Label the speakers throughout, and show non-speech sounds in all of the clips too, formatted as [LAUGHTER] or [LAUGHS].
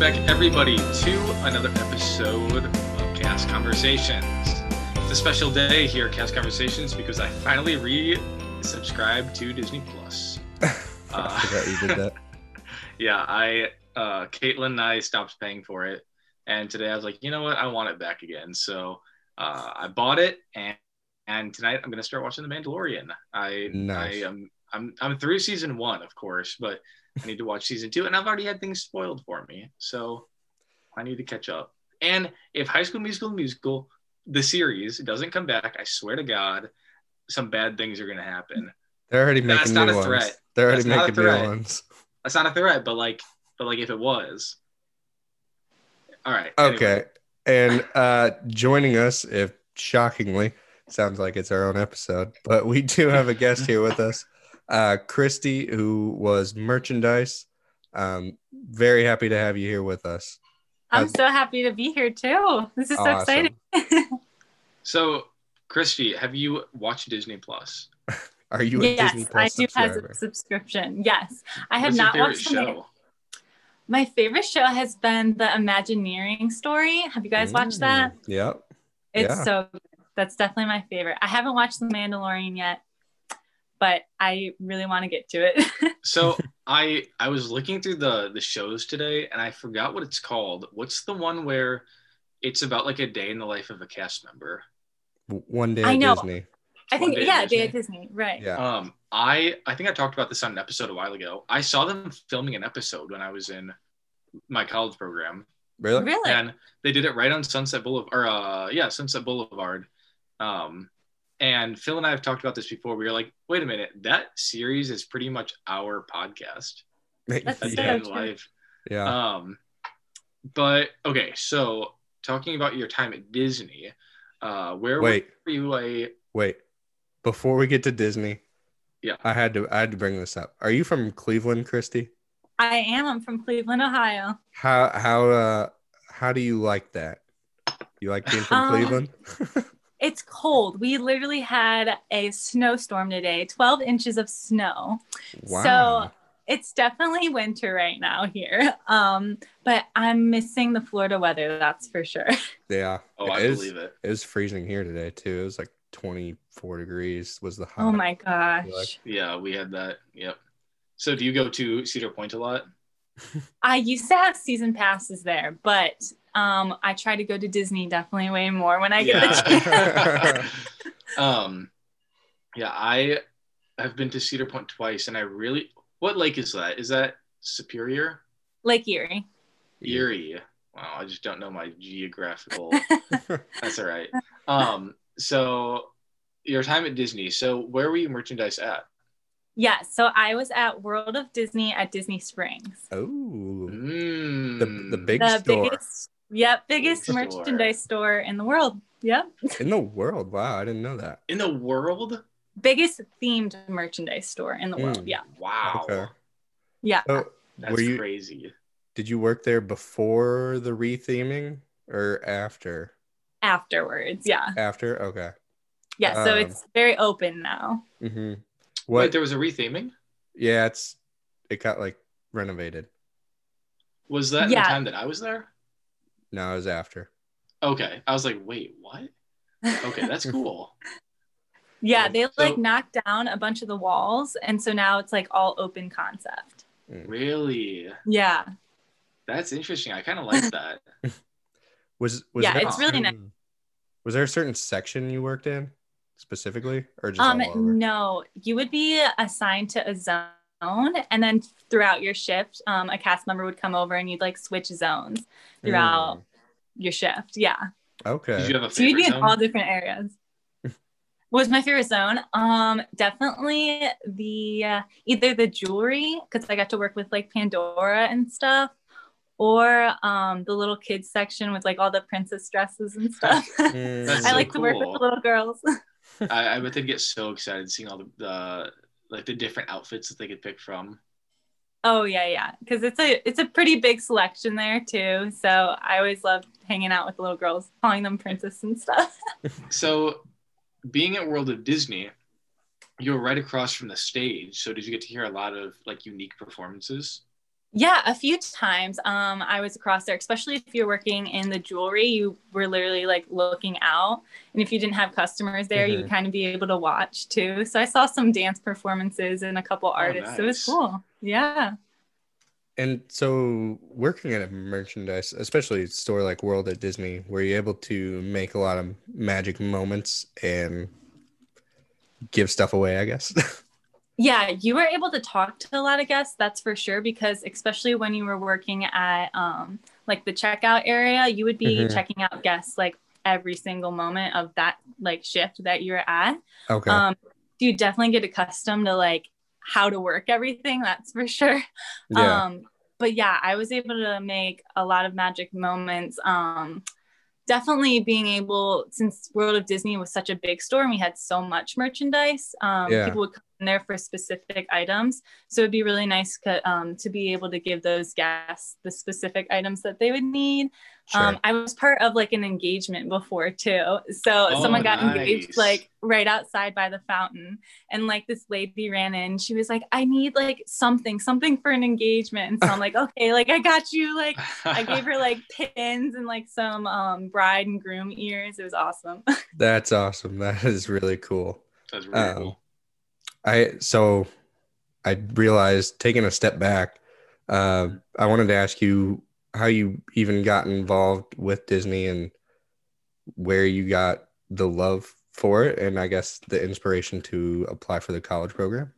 Speaker 1: everybody, to another episode of Cast Conversations. It's a special day here at Cast Conversations because I finally re-subscribed to Disney Plus.
Speaker 2: [LAUGHS] I
Speaker 1: Uh,
Speaker 2: forgot you did that.
Speaker 1: yeah, I, uh, Caitlin and I stopped paying for it, and today I was like, you know what, I want it back again. So uh, I bought it, and and tonight I'm gonna start watching The Mandalorian. [LAUGHS] I uh,
Speaker 2: Nice.
Speaker 1: I am I'm I'm through season one, of course, but I need to watch season two, and I've already had things spoiled for me, so I need to catch up. And if High School Musical Musical the series doesn't come back, I swear to God, some bad things are gonna happen.
Speaker 2: They're already
Speaker 1: That's
Speaker 2: making
Speaker 1: not
Speaker 2: new
Speaker 1: a
Speaker 2: ones.
Speaker 1: threat.
Speaker 2: They're already
Speaker 1: That's not a
Speaker 2: making new
Speaker 1: threat.
Speaker 2: ones.
Speaker 1: That's not a threat, but like, but like if it was, all right. anyway.
Speaker 2: Okay.
Speaker 1: [LAUGHS]
Speaker 2: And uh joining us, if shockingly, sounds like it's our own episode, but we do have a guest here with us, uh Christy, who was merchandise. Um, very happy to have you here with us.
Speaker 3: I'm
Speaker 2: Uh,
Speaker 3: so happy to be here too. This is so exciting.
Speaker 1: So, Christy, have you watched Disney Plus?
Speaker 2: Are you a Disney
Speaker 3: Yes, I
Speaker 2: Plus
Speaker 3: do have
Speaker 2: subscriber?
Speaker 3: a subscription. Yes, I have
Speaker 1: What's your
Speaker 3: not
Speaker 1: favorite
Speaker 3: watched the ma- My favorite show has been The Imagineering Story. Have you guys watched that?
Speaker 2: Mm, Yep.
Speaker 3: It's
Speaker 2: yeah.
Speaker 3: so good. That's definitely my favorite. I haven't watched The Mandalorian yet, but I really want to get to it. [LAUGHS]
Speaker 2: [LAUGHS]
Speaker 1: So I I was looking through the the shows today, and I forgot what it's called. What's the one where it's about like a day in the life of a cast member?
Speaker 2: W- One day
Speaker 3: I
Speaker 2: at
Speaker 3: know.
Speaker 2: Disney.
Speaker 3: I think,
Speaker 1: One Day at
Speaker 3: yeah, Day at
Speaker 1: Disney.
Speaker 3: Disney. Right.
Speaker 2: Yeah.
Speaker 1: Um, I I think I talked about this on an episode a while ago. I saw them filming an episode when I was in my college program,
Speaker 2: really? [LAUGHS]
Speaker 3: Really?
Speaker 1: and they did it right on Sunset Boulevard. Or uh, yeah, Sunset Boulevard. Um, and Phil and I have talked about this before. We were like, wait a minute, that series is pretty much our podcast.
Speaker 3: That's
Speaker 1: a
Speaker 3: so
Speaker 1: day
Speaker 2: yeah.
Speaker 1: in
Speaker 3: true.
Speaker 1: life.
Speaker 2: yeah.
Speaker 1: Um, but okay, so talking about your time at Disney, uh, where
Speaker 2: Wait.
Speaker 1: were you a
Speaker 2: Wait, before we get to Disney,
Speaker 1: Yeah.
Speaker 2: I had to I had to bring this up. Are you from Cleveland, Christy?
Speaker 3: I am. I'm from Cleveland, Ohio.
Speaker 2: How how uh how do you like that? You like being from
Speaker 3: Um,
Speaker 2: Cleveland?
Speaker 3: It's cold. We literally had a snowstorm today, 12 inches of snow. it's definitely winter right now here. Um, but I'm missing the Florida weather, that's
Speaker 2: [LAUGHS]
Speaker 3: for sure.
Speaker 2: yeah.
Speaker 1: oh, I
Speaker 2: it is-
Speaker 1: believe it.
Speaker 2: It was freezing here today too. It was like 24 degrees was the high.
Speaker 3: Oh my gosh.
Speaker 1: Yeah, we had that. Yep. So do you go to Cedar Point a lot?
Speaker 3: I used to have season passes there, but um I try to go to Disney definitely way more when I get the chance.
Speaker 2: Yeah.
Speaker 1: [LAUGHS] um, yeah, I have been to Cedar Point twice, and I really what lake is that? Is that Superior?
Speaker 3: [LAUGHS] Lake Erie.
Speaker 1: Erie. Wow, I just don't know my geographical. That's all
Speaker 3: [LAUGHS]
Speaker 1: right. Um, so your time at Disney. So where were you merchandise at?
Speaker 3: Yeah, so I was at World of Disney at Disney
Speaker 2: [LAUGHS]
Speaker 3: Springs.
Speaker 2: Oh.
Speaker 1: Mm.
Speaker 2: The, the big
Speaker 3: the
Speaker 2: store
Speaker 3: biggest yep, biggest
Speaker 1: Big store.
Speaker 3: merchandise store in the world. Yep.
Speaker 2: in the world. Wow, I didn't know that.
Speaker 1: in the world.
Speaker 3: Biggest themed merchandise store in the world.
Speaker 2: Mm.
Speaker 3: Yeah.
Speaker 1: Wow,
Speaker 2: Okay.
Speaker 3: Yeah.
Speaker 2: So,
Speaker 1: that's
Speaker 2: were you
Speaker 1: crazy.
Speaker 2: did you work there before the retheming or after?
Speaker 3: Afterwards. Yeah.
Speaker 2: After? Okay.
Speaker 3: Yeah, so
Speaker 2: Um,
Speaker 3: it's very open now.
Speaker 2: Mm-hmm.
Speaker 1: Wait,
Speaker 2: What?
Speaker 1: there was a retheming.
Speaker 2: yeah, it's it got like renovated.
Speaker 1: Was that
Speaker 3: Yeah.
Speaker 1: the time that I was there?
Speaker 2: No, it was after.
Speaker 1: Okay, I was like, wait, what? Okay,
Speaker 3: [LAUGHS]
Speaker 1: that's cool.
Speaker 3: yeah, they
Speaker 1: So-
Speaker 3: like knocked down a bunch of the walls, and so now it's like all open concept.
Speaker 1: really,
Speaker 3: Yeah,
Speaker 1: that's interesting. I kind of like that.
Speaker 2: Was was
Speaker 3: Yeah,
Speaker 2: there a
Speaker 3: it's really nice.
Speaker 2: certain- Was there a certain section you worked in specifically, or just
Speaker 3: um,
Speaker 2: all over?
Speaker 3: no, you would be assigned to a zone, and then throughout your shift, um, a cast member would come over, and you'd like switch zones throughout
Speaker 2: Mm,
Speaker 3: your shift. Yeah,
Speaker 2: [LAUGHS] okay.
Speaker 1: Did you have a
Speaker 3: so you'd
Speaker 1: favorite
Speaker 3: be in
Speaker 1: zone?
Speaker 3: all different
Speaker 1: [LAUGHS]
Speaker 3: areas. What was my favorite zone? Um, definitely the uh, either the jewelry because I got to work with like Pandora and stuff, or um, the little kids section with like all the princess
Speaker 1: [LAUGHS]
Speaker 3: dresses and stuff.
Speaker 2: Mm,
Speaker 1: That's
Speaker 3: [LAUGHS] I
Speaker 1: so
Speaker 3: like to work with
Speaker 1: cool.
Speaker 3: the little girls. [LAUGHS]
Speaker 1: I, I bet they'd get so excited seeing all the, the like the different outfits that they could pick from.
Speaker 3: oh yeah, yeah, because it's a it's a pretty big selection there too. So I always loved hanging out with the little girls, calling them princess and stuff.
Speaker 1: So, being at World of Disney, you're right across from the stage. So, did you get to hear a lot of like unique performances?
Speaker 3: Yeah, a few times um, I was across there, especially if you're working in the jewelry, you were literally like looking out. And if you didn't have customers there,
Speaker 2: Mhm.
Speaker 3: you'd kind of be able to watch too. So I saw some dance performances and a couple artists. It was
Speaker 4: nice.
Speaker 3: cool. Yeah.
Speaker 2: And so, working at a merchandise, especially a store like World at Disney, were you able to make a lot of magic moments and give stuff away? I guess. [LAUGHS]
Speaker 3: Yeah, you were able to talk to a lot of guests, that's for sure, because especially when you were working at um, like the checkout area, you would be
Speaker 2: Mhm.
Speaker 3: checking out guests like every single moment of that like shift that you were at.
Speaker 2: okay.
Speaker 3: Um, you definitely get accustomed to like how to work everything, that's for sure.
Speaker 2: yeah.
Speaker 3: Um, but yeah, I was able to make a lot of magic moments. Um, definitely being able, since World of Disney was such a big store and we had so much merchandise, um,
Speaker 2: Yeah.
Speaker 3: people would come in there for specific items. So it'd be really nice co- um, to be able to give those guests the specific items that they would need.
Speaker 2: sure.
Speaker 3: Um, I was part of like an engagement before too. So
Speaker 4: Oh,
Speaker 3: someone got engaged
Speaker 4: nice.
Speaker 3: like right outside by the fountain. And like this lady ran in. She was like, I need like something, something for an engagement. And so
Speaker 4: [LAUGHS]
Speaker 3: I'm like, okay, like I got you. Like I gave her like pins and like some um, bride and groom ears. It was awesome.
Speaker 2: That's awesome. That is really cool.
Speaker 4: That's really
Speaker 2: Um,
Speaker 4: cool.
Speaker 2: I so I realized taking a step back, uh, I wanted to ask you how you even got involved with Disney and where you got the love for it, and I guess the inspiration to apply for the college program.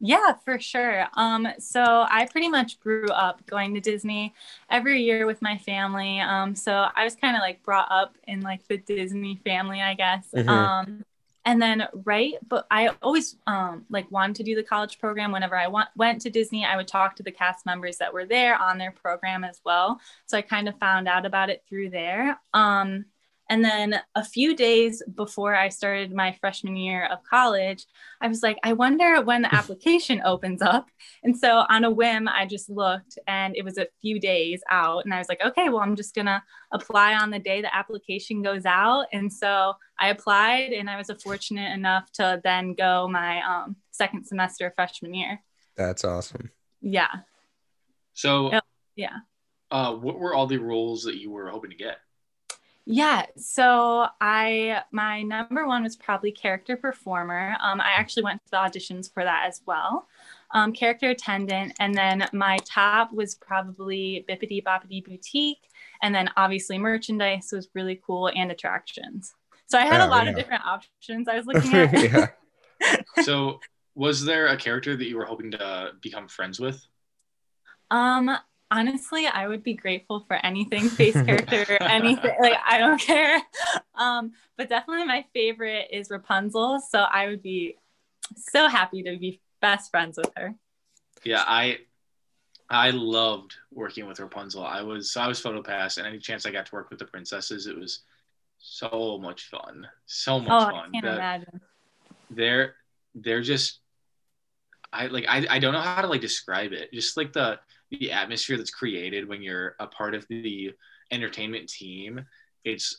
Speaker 3: Yeah, for sure. Um, so I pretty much grew up going to Disney every year with my family. Um, so I was kind of like brought up in like the Disney family, I guess.
Speaker 2: Mhm.
Speaker 3: Um, and then right, but I always um, like wanted to do the college program. Whenever I want, went to Disney, I would talk to the cast members that were there on their program as well. So I kind of found out about it through there. Um, and then a few days before I started my freshman year of college, I was like, I wonder when the application opens up. And so on a whim, I just looked and it was a few days out. And I was like, okay, well, I'm just going to apply on the day the application goes out. And so I applied and I was fortunate enough to then go my um, second semester of freshman year.
Speaker 2: That's awesome.
Speaker 3: Yeah.
Speaker 4: So,
Speaker 3: Yep, Oh, yeah.
Speaker 4: Uh, what were all the roles that you were hoping to
Speaker 3: [LAUGHS]
Speaker 4: get?
Speaker 3: Yeah, so I my number one was probably character performer. Um, I actually went to the auditions for that as well. Um, character attendant, and then my top was probably Bippity Boppity Boutique, and then obviously merchandise was really cool and attractions. So I had
Speaker 2: Oh,
Speaker 3: a lot of
Speaker 2: yeah.
Speaker 3: different
Speaker 2: [LAUGHS]
Speaker 3: options I was looking at.
Speaker 2: yeah.
Speaker 4: So, was there a character that you were hoping to become friends with?
Speaker 3: Um, honestly, I would be grateful for anything, face character,
Speaker 4: [LAUGHS]
Speaker 3: anything. Like I don't care. Um, but definitely my favorite is Rapunzel, so I would be so happy to be best friends with her.
Speaker 4: Yeah, I I loved working with Rapunzel. I was so I was photo pass, and any chance I got to work with the princesses, it was so much fun. So much
Speaker 3: Oh, I
Speaker 4: fun.
Speaker 3: can't
Speaker 4: That-
Speaker 3: imagine.
Speaker 4: they're they're just I like I, I don't know how to like describe it. Just like the the atmosphere that's created when you're a part of the entertainment team, it's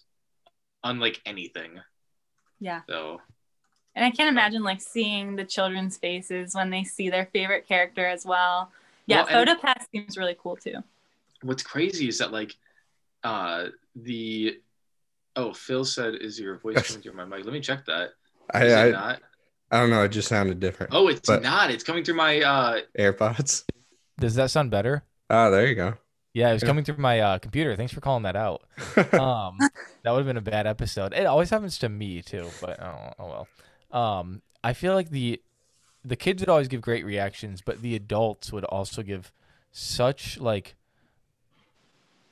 Speaker 4: unlike anything.
Speaker 3: Yeah.
Speaker 4: So
Speaker 3: And I can't imagine like seeing the children's faces when they see their favorite character as well. Yeah,
Speaker 4: Well, and-
Speaker 3: photo pass seems really cool too.
Speaker 4: what's crazy is that like uh the oh Phil said is your voice coming through my mic. Let me check that.
Speaker 2: I,
Speaker 4: Is it
Speaker 2: I
Speaker 4: not?
Speaker 2: I don't know. It just sounded different.
Speaker 4: Oh it's
Speaker 2: but-
Speaker 4: not. It's coming through my uh
Speaker 2: AirPods.
Speaker 1: Does that sound better?
Speaker 2: Ah, there
Speaker 1: [LAUGHS]
Speaker 2: you go. [LAUGHS]
Speaker 1: Yeah, it was
Speaker 2: Yeah.
Speaker 1: coming through my uh, computer. Thanks for calling that out. Um, that would have been a bad episode. It always happens to me too, but oh, oh well. Um, I feel like the the kids would always give great reactions, but the adults would also give such like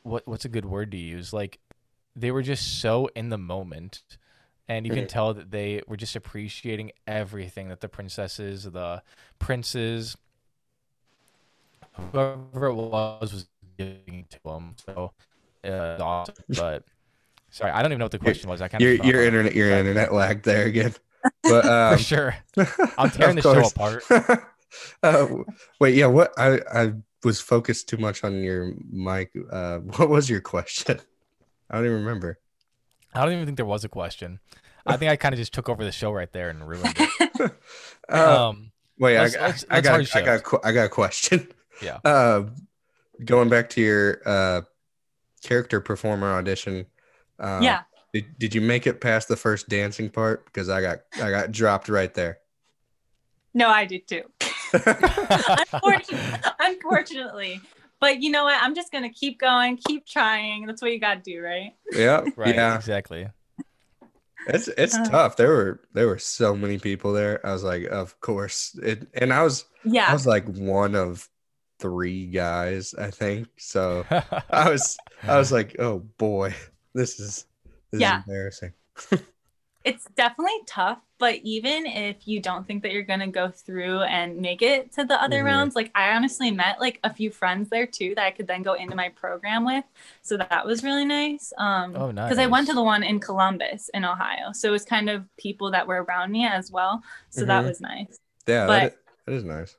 Speaker 1: what what's a good word to use? Like they were just so in the moment, and you can
Speaker 2: Mhm.
Speaker 1: tell that they were just appreciating everything that the princesses, the princes, whoever it was was giving to them. So uh, it's
Speaker 2: [LAUGHS]
Speaker 1: awesome. But sorry, I don't even know what the question was. I kind
Speaker 2: your
Speaker 1: of
Speaker 2: your internet your internet lagged there again. But
Speaker 1: [LAUGHS]
Speaker 2: um,
Speaker 1: for sure. I'm tearing the
Speaker 2: [LAUGHS] Of
Speaker 1: show
Speaker 2: course.
Speaker 1: apart.
Speaker 2: [LAUGHS] uh, wait, yeah, what I I was focused too much on your mic. Uh, [LAUGHS] what was your question? I don't even remember.
Speaker 1: I don't even think there was a question. I think I kind of just took over the show right there and ruined
Speaker 2: [LAUGHS]
Speaker 1: it.
Speaker 2: Uh,
Speaker 1: um,
Speaker 2: wait,
Speaker 1: let's-
Speaker 2: I,
Speaker 1: [LAUGHS] let's-
Speaker 2: Uh, I,
Speaker 1: let's hard
Speaker 2: got I got a
Speaker 1: shift.
Speaker 2: que- I got a question.
Speaker 1: Yeah.
Speaker 2: [LAUGHS] Uh, going back to your uh, character performer audition. Uh,
Speaker 3: yeah.
Speaker 2: Did, did you make it past the first dancing part? Because I got I got dropped right there. [LAUGHS]
Speaker 3: No, I did too. unfortunately, [LAUGHS] unfortunately. But you know what? I'm just gonna keep going, keep trying. That's what you gotta do, right?
Speaker 2: Yeah.
Speaker 1: [LAUGHS] Right.
Speaker 2: Yeah.
Speaker 1: Exactly. [LAUGHS]
Speaker 2: It's it's
Speaker 3: Uh.
Speaker 2: tough. There were there were so many people there. I was like, of course. It and I was I
Speaker 3: Yeah.
Speaker 2: was like one of three guys, I think. So I was I was like, oh boy, this is this
Speaker 3: Yeah.
Speaker 2: is embarrassing.
Speaker 3: It's definitely tough, but even if you don't think that you're gonna go through and make it to the
Speaker 1: Mm-hmm.
Speaker 3: other
Speaker 2: Mhm.
Speaker 3: rounds, like I honestly met like a few friends there too that I could then go into my program with. So that was really nice. Um
Speaker 1: Oh,
Speaker 3: because I went to
Speaker 1: nice.
Speaker 3: the one in Columbus in Ohio. So it was kind of people that were around me as well. So that
Speaker 1: Mm-hmm.
Speaker 2: Mhm.
Speaker 3: was nice.
Speaker 2: Yeah, that,
Speaker 3: But-
Speaker 2: i- that is nice.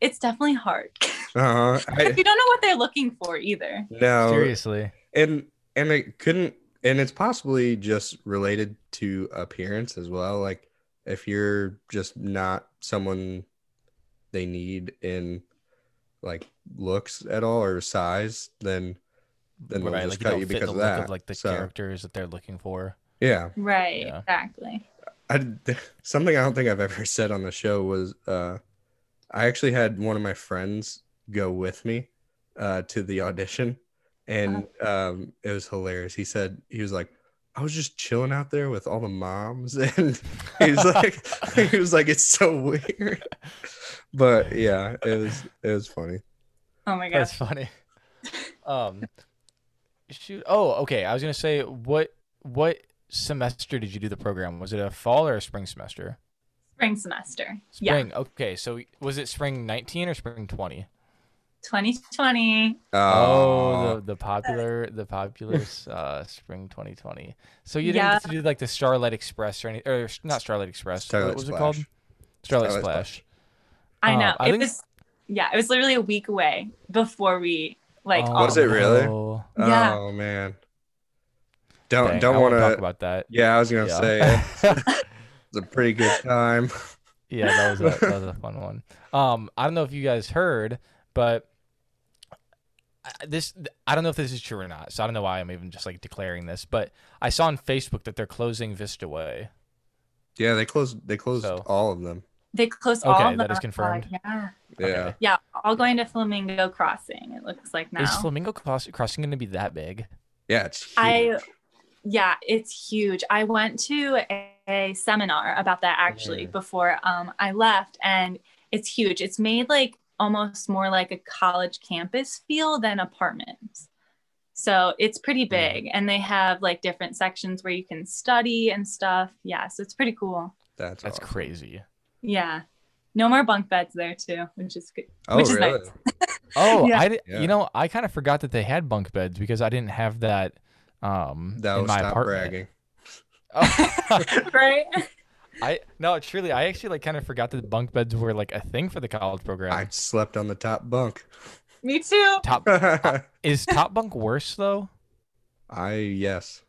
Speaker 3: It's definitely hard. [LAUGHS]
Speaker 2: Uh-huh. I,
Speaker 3: you don't know what they're looking for either.
Speaker 2: no,
Speaker 1: Seriously.
Speaker 2: and and it couldn't and it's possibly just related to appearance as well like if you're just not someone they need in like looks at all or size then then they'll
Speaker 1: Right.
Speaker 2: just
Speaker 1: Like you
Speaker 2: cut
Speaker 1: don't
Speaker 2: you
Speaker 1: fit
Speaker 2: because
Speaker 1: the
Speaker 2: of
Speaker 1: look
Speaker 2: that
Speaker 1: of like the
Speaker 2: So,
Speaker 1: characters that they're looking for.
Speaker 2: yeah
Speaker 3: Right,
Speaker 1: Yeah.
Speaker 3: exactly.
Speaker 2: I, did- [LAUGHS] something i don't think i've ever [LAUGHS] said on the show was uh i actually had one of my friends go with me uh to the audition and um it was hilarious he said he was like i was just chilling out there with all the moms [LAUGHS] and he was like [LAUGHS] he was like it's so weird but yeah it was it was funny
Speaker 3: Oh my
Speaker 1: That's
Speaker 3: gosh. [LAUGHS]
Speaker 1: funny. Um, shoot. Oh, okay. I was gonna say what what semester did you do the program? Was it a fall or a spring semester?
Speaker 3: Spring semester. Yeah.
Speaker 1: Spring. Okay. So was it spring 19 or spring 20?
Speaker 3: 2020.
Speaker 2: Uh,
Speaker 1: Oh, the, the popular the popular
Speaker 2: [LAUGHS]
Speaker 1: uh, spring 2020. So you didn't
Speaker 3: Yeah.
Speaker 1: get to do like the Starlight Express or any or s- not Starlight Express.
Speaker 2: Starlight
Speaker 1: what was
Speaker 2: Splash.
Speaker 1: it called? Starlight,
Speaker 2: Starlight
Speaker 1: Splash.
Speaker 2: Splash.
Speaker 3: I
Speaker 1: Um,
Speaker 3: know.
Speaker 1: I
Speaker 3: it
Speaker 1: think-
Speaker 3: was yeah, it was literally a week away before we like
Speaker 1: Oh,
Speaker 3: all-
Speaker 2: Was it really?
Speaker 1: no.
Speaker 3: yeah.
Speaker 2: oh man don't
Speaker 1: Dang,
Speaker 2: don't
Speaker 1: I
Speaker 2: want
Speaker 1: wanna talk
Speaker 2: to
Speaker 1: about that.
Speaker 2: yeah i was gonna
Speaker 1: Yeah.
Speaker 2: say it's a pretty
Speaker 1: [LAUGHS]
Speaker 2: good time
Speaker 1: Yeah, that was a, that was
Speaker 2: [LAUGHS]
Speaker 1: a fun one. Um, I don't know if you guys heard, but I- this I don't know if this is true or not. So I don't know why I'm even just like declaring this, but I saw on Facebook that they're closing Vista Way.
Speaker 2: Yeah, they closed. They closed
Speaker 1: So-
Speaker 2: all of them.
Speaker 3: They closed
Speaker 1: Okay,
Speaker 3: all of
Speaker 1: that is
Speaker 3: them.
Speaker 1: confirmed.
Speaker 3: yeah.
Speaker 2: Yeah,
Speaker 1: Okay.
Speaker 3: Yeah, all going to Flamingo Crossing. It looks like now.
Speaker 1: Is Flamingo Cross- Crossing going to be that big?
Speaker 2: yeah. It's huge.
Speaker 3: I yeah, it's huge. I went to a, a seminar about that actually
Speaker 2: Mhm.
Speaker 3: before um, I left, and it's huge. It's made like almost more like a college campus feel than apartments. So it's pretty big, and they have like different sections where you can study and stuff. Yeah, so it's pretty cool.
Speaker 2: that's
Speaker 1: That's
Speaker 2: awesome.
Speaker 1: crazy.
Speaker 3: Yeah, no more bunk beds there too, which is good. [LAUGHS]
Speaker 2: Oh,
Speaker 3: which is
Speaker 2: really?
Speaker 3: nice.
Speaker 1: Oh,
Speaker 3: Yeah.
Speaker 1: I di-
Speaker 2: Yeah.
Speaker 1: you know I kind of forgot that they had bunk beds because I didn't have that um
Speaker 2: That
Speaker 1: in
Speaker 2: was
Speaker 1: my
Speaker 2: stop
Speaker 1: apartment.
Speaker 2: bragging.
Speaker 1: Oh,
Speaker 2: [LAUGHS]
Speaker 1: [LAUGHS]
Speaker 3: right? [LAUGHS]
Speaker 1: I no, truly, I actually like kind of forgot that bunk beds were like a thing for the college program.
Speaker 2: I slept on the top bunk. [LAUGHS]
Speaker 3: Me too.
Speaker 1: Top is top bunk worse though?
Speaker 2: I yes.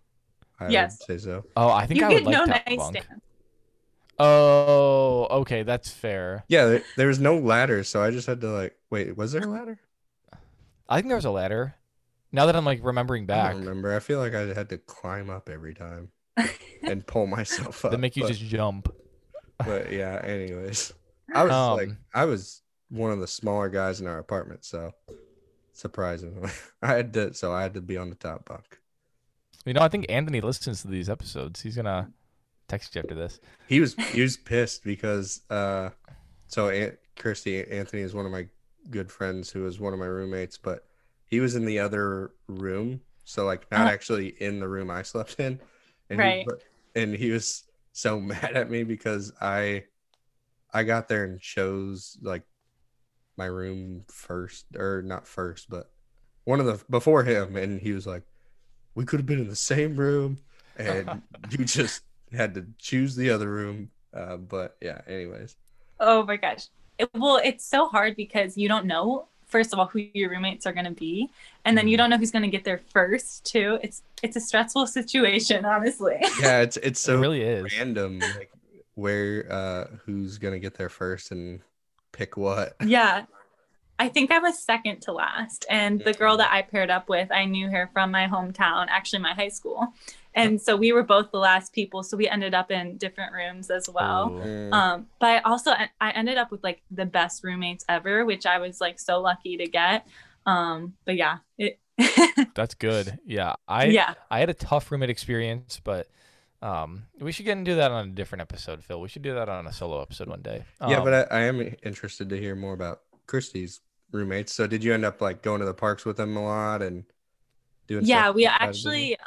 Speaker 2: I
Speaker 3: Yes.
Speaker 2: would say so.
Speaker 1: Oh, I think
Speaker 3: You
Speaker 1: I
Speaker 3: get
Speaker 1: would like
Speaker 3: no
Speaker 1: top
Speaker 3: nightstand.
Speaker 1: bunk. Oh, okay, that's fair.
Speaker 2: Yeah, there, there was no ladder, so I just had to like wait. Was there a ladder?
Speaker 1: I think there was a ladder. Now that I'm like remembering
Speaker 2: I
Speaker 1: back,
Speaker 2: don't remember. I feel like I had to climb up every
Speaker 3: [LAUGHS]
Speaker 2: time and pull myself up.
Speaker 1: they make you
Speaker 2: but,
Speaker 1: just jump.
Speaker 2: But yeah. Anyways, I was like,
Speaker 1: Um.
Speaker 2: I was one of the smaller guys in our apartment, so surprisingly, [LAUGHS] I had to. So I had to be on the top bunk.
Speaker 1: You know, I think Anthony listens to these episodes. He's gonna text you after this.
Speaker 2: he was he was pissed because uh so Aunt Kirsty Anthony is one of my good friends who was one of my roommates, but he was in the other room, so like not
Speaker 3: Uh.
Speaker 2: actually in the room I slept in, and
Speaker 3: Right.
Speaker 2: he, and he was so [LAUGHS] mad at me because I I got there and chose like my room first or not first, but one of the before him, and he was like, we could have been in the same room, and you just had to choose the other room. Uh, but yeah, anyways,
Speaker 3: Oh my gosh. It, well, it's so hard because you don't know first of all who your roommates are going to be, and then you don't know who's going to get there first too. It's it's a stressful [LAUGHS] situation, honestly.
Speaker 2: yeah, it's it's so
Speaker 1: it really is.
Speaker 2: random like, where uh, who's gonna get there first and pick what.
Speaker 3: yeah. I think I was second to last. And the girl that I paired up with, I knew her from my hometown, actually my high school. And so we were both the last people. So we ended up in different rooms as well.
Speaker 1: Ooh.
Speaker 2: Mm.
Speaker 3: Um, but I also I ended up with like the best roommates ever, which I was like so lucky to get. Um, but yeah, it, [LAUGHS]
Speaker 1: That's good. Yeah. I
Speaker 3: yeah,
Speaker 1: I had a tough roommate experience, but um we should get into that on a different episode, Phil. We should do that on a solo episode one day.
Speaker 2: yeah,
Speaker 1: Um,
Speaker 2: but I, I am interested to hear more about Christie's roommates. So did you end up like going to the parks with them a lot and doing?
Speaker 3: yeah.
Speaker 2: stuff
Speaker 3: We
Speaker 2: outside of the
Speaker 3: actually,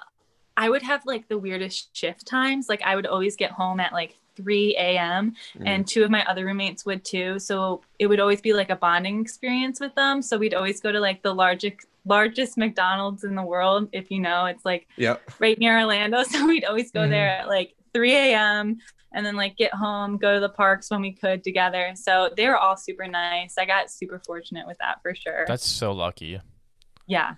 Speaker 3: I would have like the weirdest shift times. Like I would always get home at like 3 a.m.
Speaker 2: room? Mm.
Speaker 3: and two of my other roommates would too so it would always be like a bonding experience with them so we'd always go to like the largest largest mcdonald's in the world if you know it's like
Speaker 2: Yep.
Speaker 3: right near orlando [LAUGHS] so we'd always go
Speaker 1: Mhm.
Speaker 3: there at like 3 a.m and then like get home go to the parks when we could together so they were all super nice i got super fortunate with that for sure
Speaker 1: that's so lucky.
Speaker 3: yeah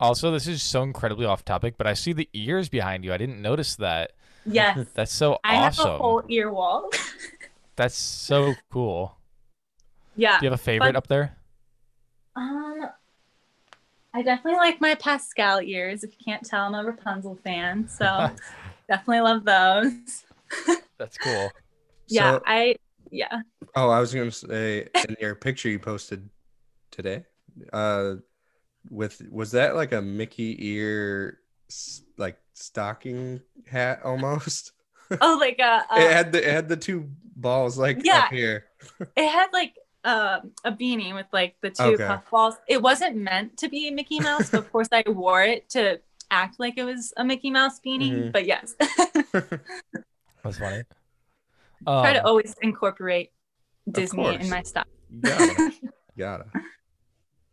Speaker 1: Also, this is so incredibly off topic, but I see the ears behind you. I didn't notice that.
Speaker 3: [LAUGHS] yes
Speaker 1: That's so
Speaker 3: i
Speaker 1: awesome.
Speaker 3: have a whole ear wall [LAUGHS]
Speaker 1: That's so cool.
Speaker 3: yeah
Speaker 1: Do you have a favorite
Speaker 3: [LAUGHS] Fun-
Speaker 1: up there?
Speaker 3: Um, I definitely like my Pascal ears. If you can't tell, I'm a Rapunzel fan, [LAUGHS] so definitely love those.
Speaker 1: That's cool.
Speaker 3: Yeah,
Speaker 2: So-
Speaker 3: I yeah
Speaker 2: oh, I was gonna say in your picture you posted today, uh, with was that like a Mickey ear s- like stocking hat almost?
Speaker 3: oh like [LAUGHS] a, a
Speaker 2: it had the it had the two balls like
Speaker 3: Yeah.
Speaker 2: up here.
Speaker 3: it had like um a beanie with like the two
Speaker 2: Okay.
Speaker 3: puff balls. It wasn't meant to be a Mickey Mouse, but of course I wore it to act like it was a Mickey Mouse beanie.
Speaker 2: Mhm.
Speaker 3: But yes, [LAUGHS]
Speaker 1: That's funny.
Speaker 3: try to
Speaker 1: Um,
Speaker 3: always incorporate Disney
Speaker 2: course.
Speaker 3: in my stuff.
Speaker 2: Gotta, gotta.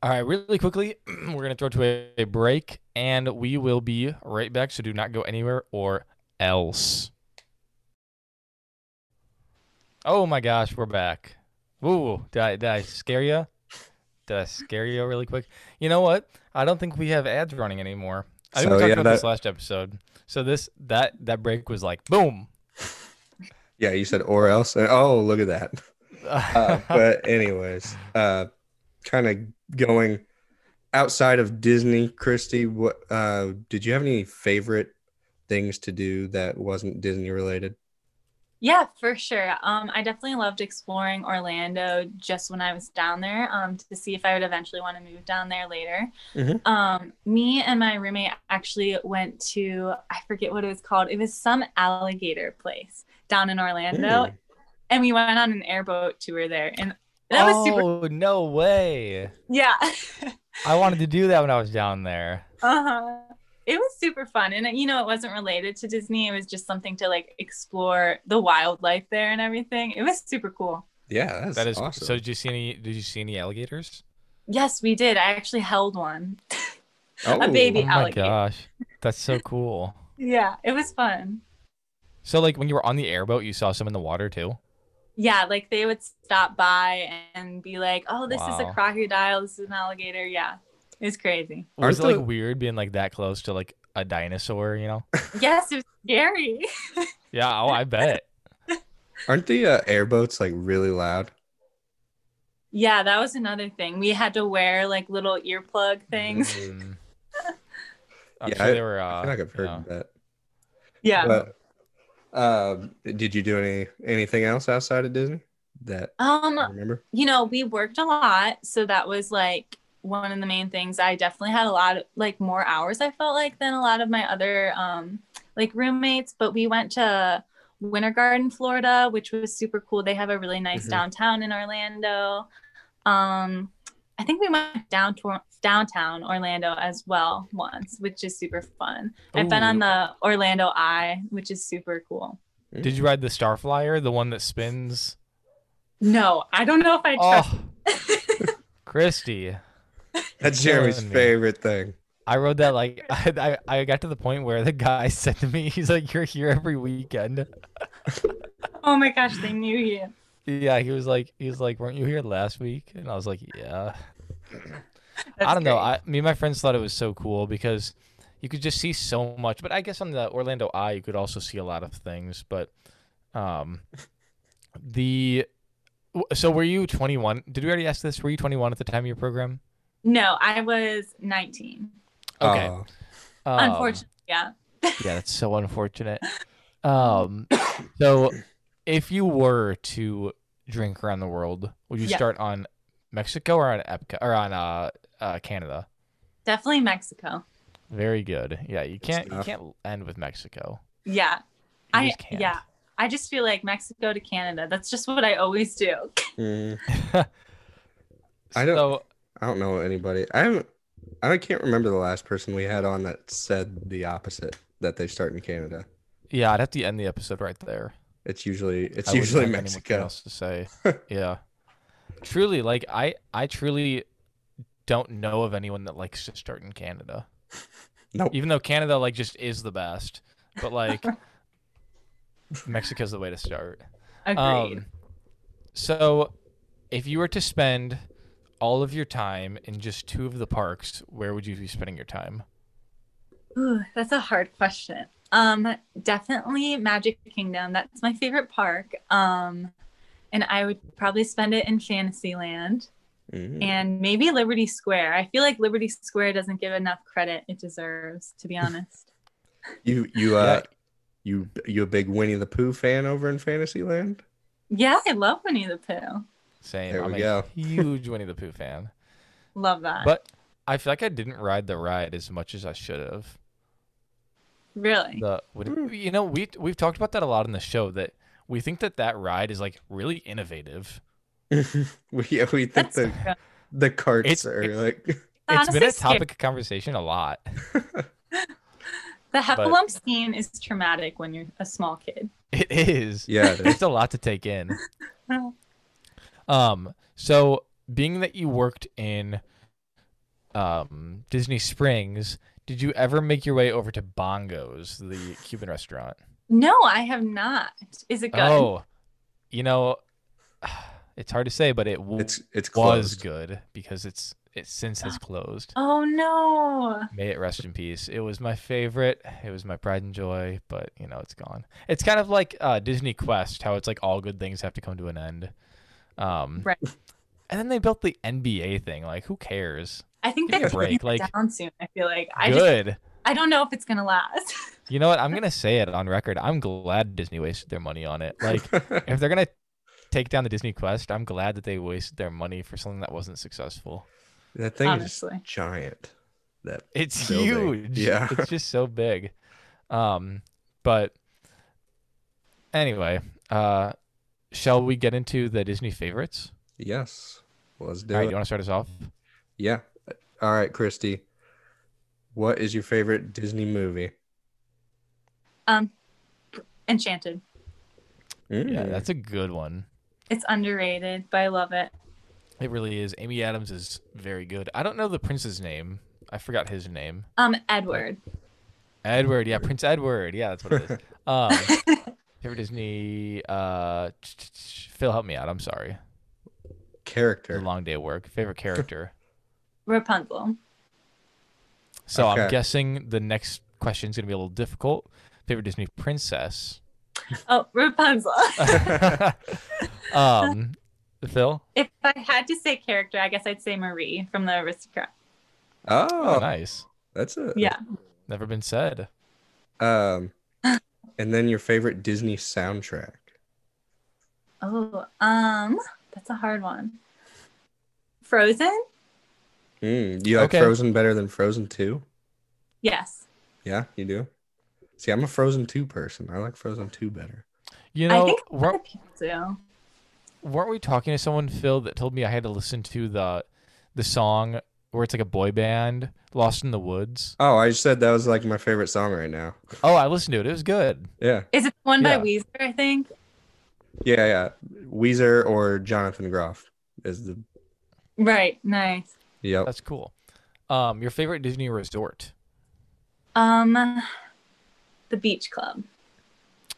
Speaker 1: All right, really quickly, [CLEARS THROAT] we're going to throw to a, a break and we will be right back. So do not go anywhere or else. Oh my gosh, we're back. Ooh, did I, did I scare you? Did I scare you really quick? You know what? I don't think we have ads running anymore. I think
Speaker 2: So,
Speaker 1: we talked
Speaker 2: yeah,
Speaker 1: about this
Speaker 2: that-
Speaker 1: last episode. So this that that break was like boom.
Speaker 2: Yeah, you said or else. Oh, look at that.
Speaker 1: [LAUGHS]
Speaker 2: uh, but anyways, uh, kind of going outside of Disney, Christy, what uh, did you have any favorite things to do that wasn't Disney related?
Speaker 3: Yeah, for sure. Um, I definitely loved exploring Orlando just when I was down there um, to see if I would eventually want to move down there later.
Speaker 2: Mhm.
Speaker 3: Um, me and my roommate actually went to, I forget what it was called, it was some alligator place down in Orlando.
Speaker 2: Mm.
Speaker 3: And we went on an airboat tour there. And that was super,
Speaker 1: oh, no way.
Speaker 3: [LAUGHS] yeah.
Speaker 1: I wanted to do that when I was down there.
Speaker 3: uh-huh. It was super fun. And, you know, it wasn't related to Disney, it was just something to like explore the wildlife there and everything. It was super cool.
Speaker 2: Yeah, that's
Speaker 1: That is
Speaker 2: awesome.
Speaker 1: so. Did you see any? Did you see any alligators?
Speaker 3: Yes, we did. I actually held one.
Speaker 2: Oh,
Speaker 3: baby. The
Speaker 1: oh my
Speaker 3: alligator.
Speaker 1: gosh, that's [LAUGHS] so cool.
Speaker 3: Yeah, it was fun.
Speaker 1: So like when you were on the airboat, you saw some in the water too.
Speaker 3: Yeah, like they would stop by and be like, "Oh, this is
Speaker 1: Wow.
Speaker 3: a crocodile. This is an alligator." Yeah, it was crazy.
Speaker 1: Was
Speaker 2: Aren't
Speaker 1: it like
Speaker 2: the-
Speaker 1: weird being like that close to like a dinosaur? You
Speaker 2: [LAUGHS]
Speaker 1: know?
Speaker 3: yes, it was scary. [LAUGHS]
Speaker 1: Yeah. Oh, I bet.
Speaker 2: Aren't the uh, airboats like really loud?
Speaker 3: Yeah, that was another thing. We had to wear like little earplug [LAUGHS] things.
Speaker 1: Mm.
Speaker 2: [LAUGHS]
Speaker 1: I'm
Speaker 2: Yeah,
Speaker 1: sure
Speaker 2: I-
Speaker 1: they were. Uh,
Speaker 2: I feel like I've heard
Speaker 1: yeah.
Speaker 2: that.
Speaker 3: Yeah.
Speaker 2: But, um, did you do any anything else outside of Disney that you
Speaker 3: um,
Speaker 2: remember?
Speaker 3: you know, we worked a lot, so that was like one of the main things. I definitely had a lot of like more hours I felt like than a lot of my other um like roommates, but we went to Winter Garden, Florida, which was super cool. They have a really nice
Speaker 1: Mm-hmm.
Speaker 2: Mhm.
Speaker 3: downtown in Orlando. Um I think we went down to downtown Orlando as well once, which is super fun. I've been
Speaker 1: Ooh.
Speaker 3: on the Orlando Eye, which is super cool.
Speaker 1: Did you ride the Star Flyer, the one that spins?
Speaker 3: No, I don't know if I trust.
Speaker 1: Oh, [LAUGHS]
Speaker 3: [LAUGHS]
Speaker 1: Christy.
Speaker 2: That's Jeremy's
Speaker 1: Killing me.
Speaker 2: favorite thing.
Speaker 1: I rode that like [LAUGHS] I, I I got to the point where the guy [LAUGHS] said to me, he's like, "You're here every weekend."
Speaker 3: Oh, my gosh, they knew you.
Speaker 1: Yeah, he was like, he was like, "Weren't you here last week?" And I was like, "Yeah."
Speaker 3: [LAUGHS] That's
Speaker 1: I don't know.
Speaker 3: great.
Speaker 1: I, me and my friends thought it was so cool because you could just see so much. But I guess on the Orlando Eye, you could
Speaker 3: [LAUGHS]
Speaker 1: also see a lot of things. But um, the w- so were you 21? Did we already ask this? Were you 21 at the time of your program?
Speaker 3: No, I was 19.
Speaker 1: Okay.
Speaker 2: Oh,
Speaker 1: Um,
Speaker 3: Unfortunately, yeah.
Speaker 1: Yeah, that's so unfortunate. Um, so if you were to drink around the world, would you
Speaker 3: Yeah.
Speaker 1: start on Mexico or on Epcot or on uh, uh Canada?
Speaker 3: Definitely Mexico.
Speaker 1: Very good. Yeah, you can't you
Speaker 2: stuff.
Speaker 1: can't end with Mexico.
Speaker 3: Yeah.
Speaker 1: You
Speaker 3: I
Speaker 1: just can't.
Speaker 3: yeah. I just feel like Mexico to Canada. That's just what I always do.
Speaker 2: mm, I don't-
Speaker 1: So,
Speaker 2: I don't know anybody. I haven't. I can't remember the last person we had on that said the opposite that they start in Canada.
Speaker 1: yeah, I'd have to end the episode right there.
Speaker 2: It's usually it's
Speaker 1: I wouldn't
Speaker 2: usually
Speaker 1: have anything
Speaker 2: Mexico.
Speaker 1: else to
Speaker 2: [LAUGHS]
Speaker 1: say. yeah, truly, like I, I truly don't know of anyone that likes to start in Canada.
Speaker 2: Nope.
Speaker 1: Even though Canada like just is the best, but
Speaker 2: [LAUGHS]
Speaker 1: like Mexico's the way to start.
Speaker 3: Agreed.
Speaker 1: Um, so, if you were to spend all of your time in just two of the parks, where would you be spending your time?
Speaker 3: Ooh, that's a hard question. Um, definitely Magic Kingdom. That's my favorite park. Um, and I would probably spend it in Fantasyland
Speaker 1: Hmm.
Speaker 2: Mm.
Speaker 3: and maybe Liberty Square. I feel like Liberty Square doesn't give enough credit it deserves,
Speaker 1: [LAUGHS]
Speaker 3: to be honest.
Speaker 2: You you uh you you a big Winnie the Pooh fan over in Fantasyland?
Speaker 3: yeah, I love Winnie the Pooh.
Speaker 1: Same.
Speaker 2: There
Speaker 1: I'm
Speaker 2: we
Speaker 1: a
Speaker 2: go.
Speaker 1: huge Winnie the Pooh fan,
Speaker 3: Love that.
Speaker 1: but I feel like I didn't ride the ride as much as I should have.
Speaker 3: really?
Speaker 1: the would
Speaker 2: Hmm.
Speaker 1: it- you know we we've talked about that a lot in the show that we think that that ride is like really innovative.
Speaker 2: [LAUGHS] we, yeah, we think
Speaker 3: That's
Speaker 2: the
Speaker 3: true.
Speaker 2: the carts
Speaker 1: It's-
Speaker 2: are
Speaker 1: [LAUGHS]
Speaker 2: like [LAUGHS]
Speaker 1: it's been
Speaker 3: honestly
Speaker 1: a topic of conversation a lot. [LAUGHS]
Speaker 3: The heffalump scene is traumatic when you're a small kid.
Speaker 1: It is.
Speaker 2: yeah. it is.
Speaker 1: It's a lot to take in. Um so being that you worked in um Disney Springs, did you ever make your way over to Bongos, the Cuban restaurant?
Speaker 3: No, I have not. Is it good?
Speaker 1: Oh. You know, [SIGHS] it's hard to say but it w-
Speaker 2: It's it's
Speaker 1: was
Speaker 2: closed.
Speaker 1: good because it's it since has closed.
Speaker 3: Oh, no.
Speaker 1: May it rest in peace. It was my favorite. It was my pride and joy, but you know, it's gone. It's kind of like uh, Disney Quest, how it's like all good things have to come to an end. Um,
Speaker 3: Right.
Speaker 1: And then they built the NBA thing. Like, who cares?
Speaker 3: I think
Speaker 1: Give me
Speaker 3: they're
Speaker 1: a break,
Speaker 3: break, like,
Speaker 1: like-
Speaker 3: down soon. I feel like I just
Speaker 1: good.
Speaker 3: I don't know if it's gonna last. [LAUGHS]
Speaker 1: You know what? I'm gonna say it on record. I'm glad Disney wasted their money on it. Like,
Speaker 2: [LAUGHS]
Speaker 1: if they're gonna take down the Disney Quest, I'm glad that they wasted their money for something that wasn't successful.
Speaker 2: that thing
Speaker 3: honestly.
Speaker 2: is giant. That
Speaker 1: It's
Speaker 2: so big.
Speaker 1: huge.
Speaker 2: Yeah.
Speaker 1: [LAUGHS] It's just so big. Um, but anyway, uh, shall we get into the Disney favorites?
Speaker 2: yes. Let's do
Speaker 1: All right,
Speaker 2: it.
Speaker 1: you want to start us off?
Speaker 2: Yeah. All right, Christy. What is your favorite Disney movie?
Speaker 3: um, Enchanted.
Speaker 1: Yeah,
Speaker 2: [LAUGHS] Mm.
Speaker 1: that's a good one.
Speaker 3: It's underrated, but I love it.
Speaker 1: It really is. Amy Adams is very good. I don't know the prince's name. I forgot his name.
Speaker 3: Um, Edward.
Speaker 1: Edward. Yeah, Prince Edward. Yeah, that's what
Speaker 2: [LAUGHS]
Speaker 1: it is. Um, favorite Disney. Uh, Phil, help me out. I'm sorry. It's a
Speaker 2: character.
Speaker 1: long day of work. Favorite character.
Speaker 3: Rapunzel.
Speaker 1: So I'm
Speaker 2: Okay.
Speaker 1: guessing the next question is going to be a little difficult. Favorite Disney
Speaker 2: [LAUGHS]
Speaker 1: princess?
Speaker 3: Oh, Rapunzel. [LAUGHS]
Speaker 1: um, Phil?
Speaker 3: if I had to say character, I guess I'd say Marie from the Aristocrat.
Speaker 2: Oh,
Speaker 1: Oh, nice.
Speaker 2: that's a
Speaker 3: Yeah.
Speaker 1: Never been said.
Speaker 3: [LAUGHS]
Speaker 2: Um, and then your favorite Disney soundtrack.
Speaker 3: Oh, um, that's a hard one. Frozen.
Speaker 2: Mm, you like
Speaker 1: Okay.
Speaker 2: Frozen better than Frozen Two?
Speaker 3: Yes.
Speaker 2: Yeah, you do. See, I'm a Frozen Two person. I like Frozen Two better.
Speaker 1: You know,
Speaker 3: I think a lot
Speaker 1: weren't,
Speaker 3: of people do.
Speaker 1: weren't we talking to someone, Phil, that told me I had to listen to the the song where it's like a boy band, Lost in the Woods?
Speaker 2: Oh, I just said that was like my favorite song right now.
Speaker 1: Oh, I listened to it. It was good.
Speaker 2: Yeah,
Speaker 3: Is it the one
Speaker 1: Yeah.
Speaker 3: by Weezer? I think.
Speaker 2: yeah, yeah. Weezer or Jonathan Groff is the
Speaker 3: Right. Nice.
Speaker 2: yep.
Speaker 1: That's cool. Um, your favorite Disney resort?
Speaker 3: Um, the Beach Club.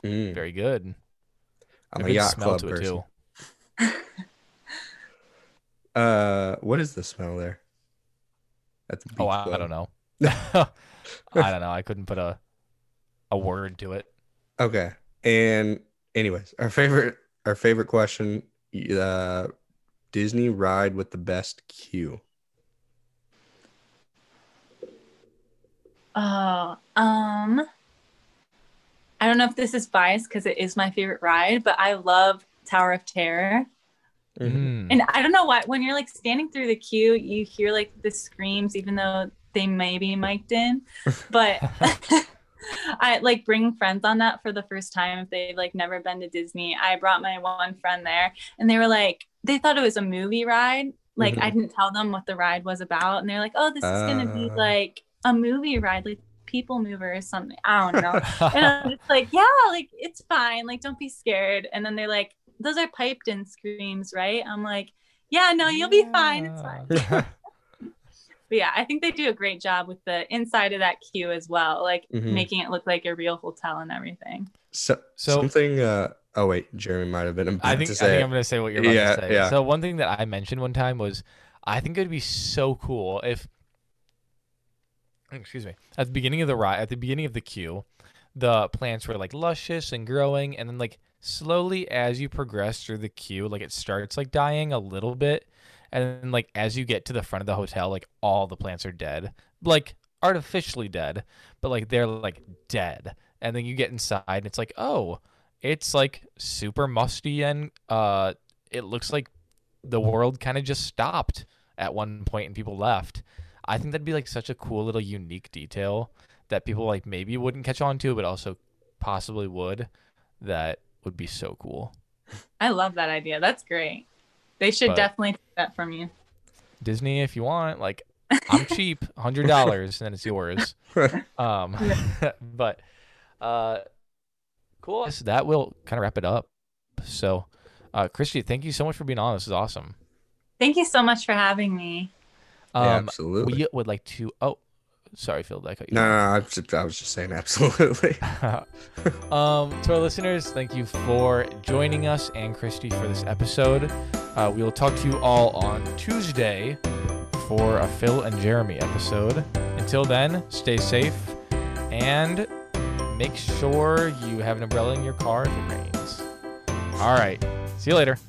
Speaker 2: Mm,
Speaker 1: Very good.
Speaker 2: I'm
Speaker 1: A
Speaker 2: a
Speaker 1: good
Speaker 2: yacht
Speaker 1: smell
Speaker 2: club
Speaker 1: to it,
Speaker 2: person.
Speaker 1: too.
Speaker 2: Uh, what is the smell there? At the beach
Speaker 1: Oh, I, I
Speaker 2: club.
Speaker 1: don't know. [LAUGHS]
Speaker 2: [LAUGHS]
Speaker 1: I don't know. I couldn't put a a word to it.
Speaker 2: Okay. And anyways, our favorite our favorite question uh, Disney ride with the best queue.
Speaker 3: Oh, um, I don't know if this is biased because it is my favorite ride, but I love Tower of Terror.
Speaker 1: Mm.
Speaker 3: And [LAUGHS] I don't know why when you're like standing through the queue, you hear like the screams, even though they may be mic'd in. But [LAUGHS] I like bring friends on that for the first time if they've like never been to Disney. I brought my one friend there and they were like, they thought it was a movie ride. Like I didn't tell them what the ride was about. And they're like, oh, this is gonna be
Speaker 2: Ah.
Speaker 3: like a movie ride, like people mover or something. I don't know
Speaker 1: [LAUGHS]
Speaker 3: and I'm just like, yeah, like it's fine. Like, don't be scared. And then they're like, those are piped in screams, right? I'm like, yeah, no, you'll be fine. It's [LAUGHS] fine. But yeah, I think they do a great job with the inside of that queue as well, like
Speaker 2: Mhm.
Speaker 3: making it look like a real hotel and everything.
Speaker 2: So,
Speaker 1: So-
Speaker 2: something. Uh, oh wait, Jeremy might have been about
Speaker 1: I think,
Speaker 2: to
Speaker 1: I
Speaker 2: say.
Speaker 1: think
Speaker 2: it.
Speaker 1: I'm going to say what you're about
Speaker 2: Yeah,
Speaker 1: to say.
Speaker 2: yeah.
Speaker 1: So one thing that I mentioned one time was, I think it'd be so cool if, excuse me, at the beginning of the ride, at the beginning of the queue, the plants were like luscious and growing, and then like slowly as you progress through the queue, like it starts like dying a little bit, and then like as you get to the front of the hotel, like all the plants are dead, like artificially dead, but like they're like dead, and then you get inside, and it's like oh it's like super musty and uh it looks like the world kind of just stopped at one point and people left i think that'd be like such a cool little unique detail that people like maybe wouldn't catch on to but also possibly would that would be so cool
Speaker 3: I love that idea. That's great. They should
Speaker 1: But-
Speaker 3: definitely take that from you.
Speaker 1: disney if you want like i'm cheap hundred dollars and then it's yours
Speaker 2: [LAUGHS]
Speaker 1: um but uh cool so that will kind of wrap it up so uh christy thank you so much for being on this is awesome
Speaker 3: Thank you so much for having me.
Speaker 1: [LAUGHS] um
Speaker 2: Yeah, absolutely.
Speaker 1: we would like to oh sorry phil did i cut you
Speaker 2: no, no, no, I was just, I was just saying [LAUGHS] absolutely.
Speaker 1: [LAUGHS] um, to our listeners, thank you for joining us and Christy for this episode. Uh, we will talk to you all on Tuesday for a Phil and Jeremy episode. Until then, stay safe and make sure you have an umbrella in your car if it rains. All right. See you later.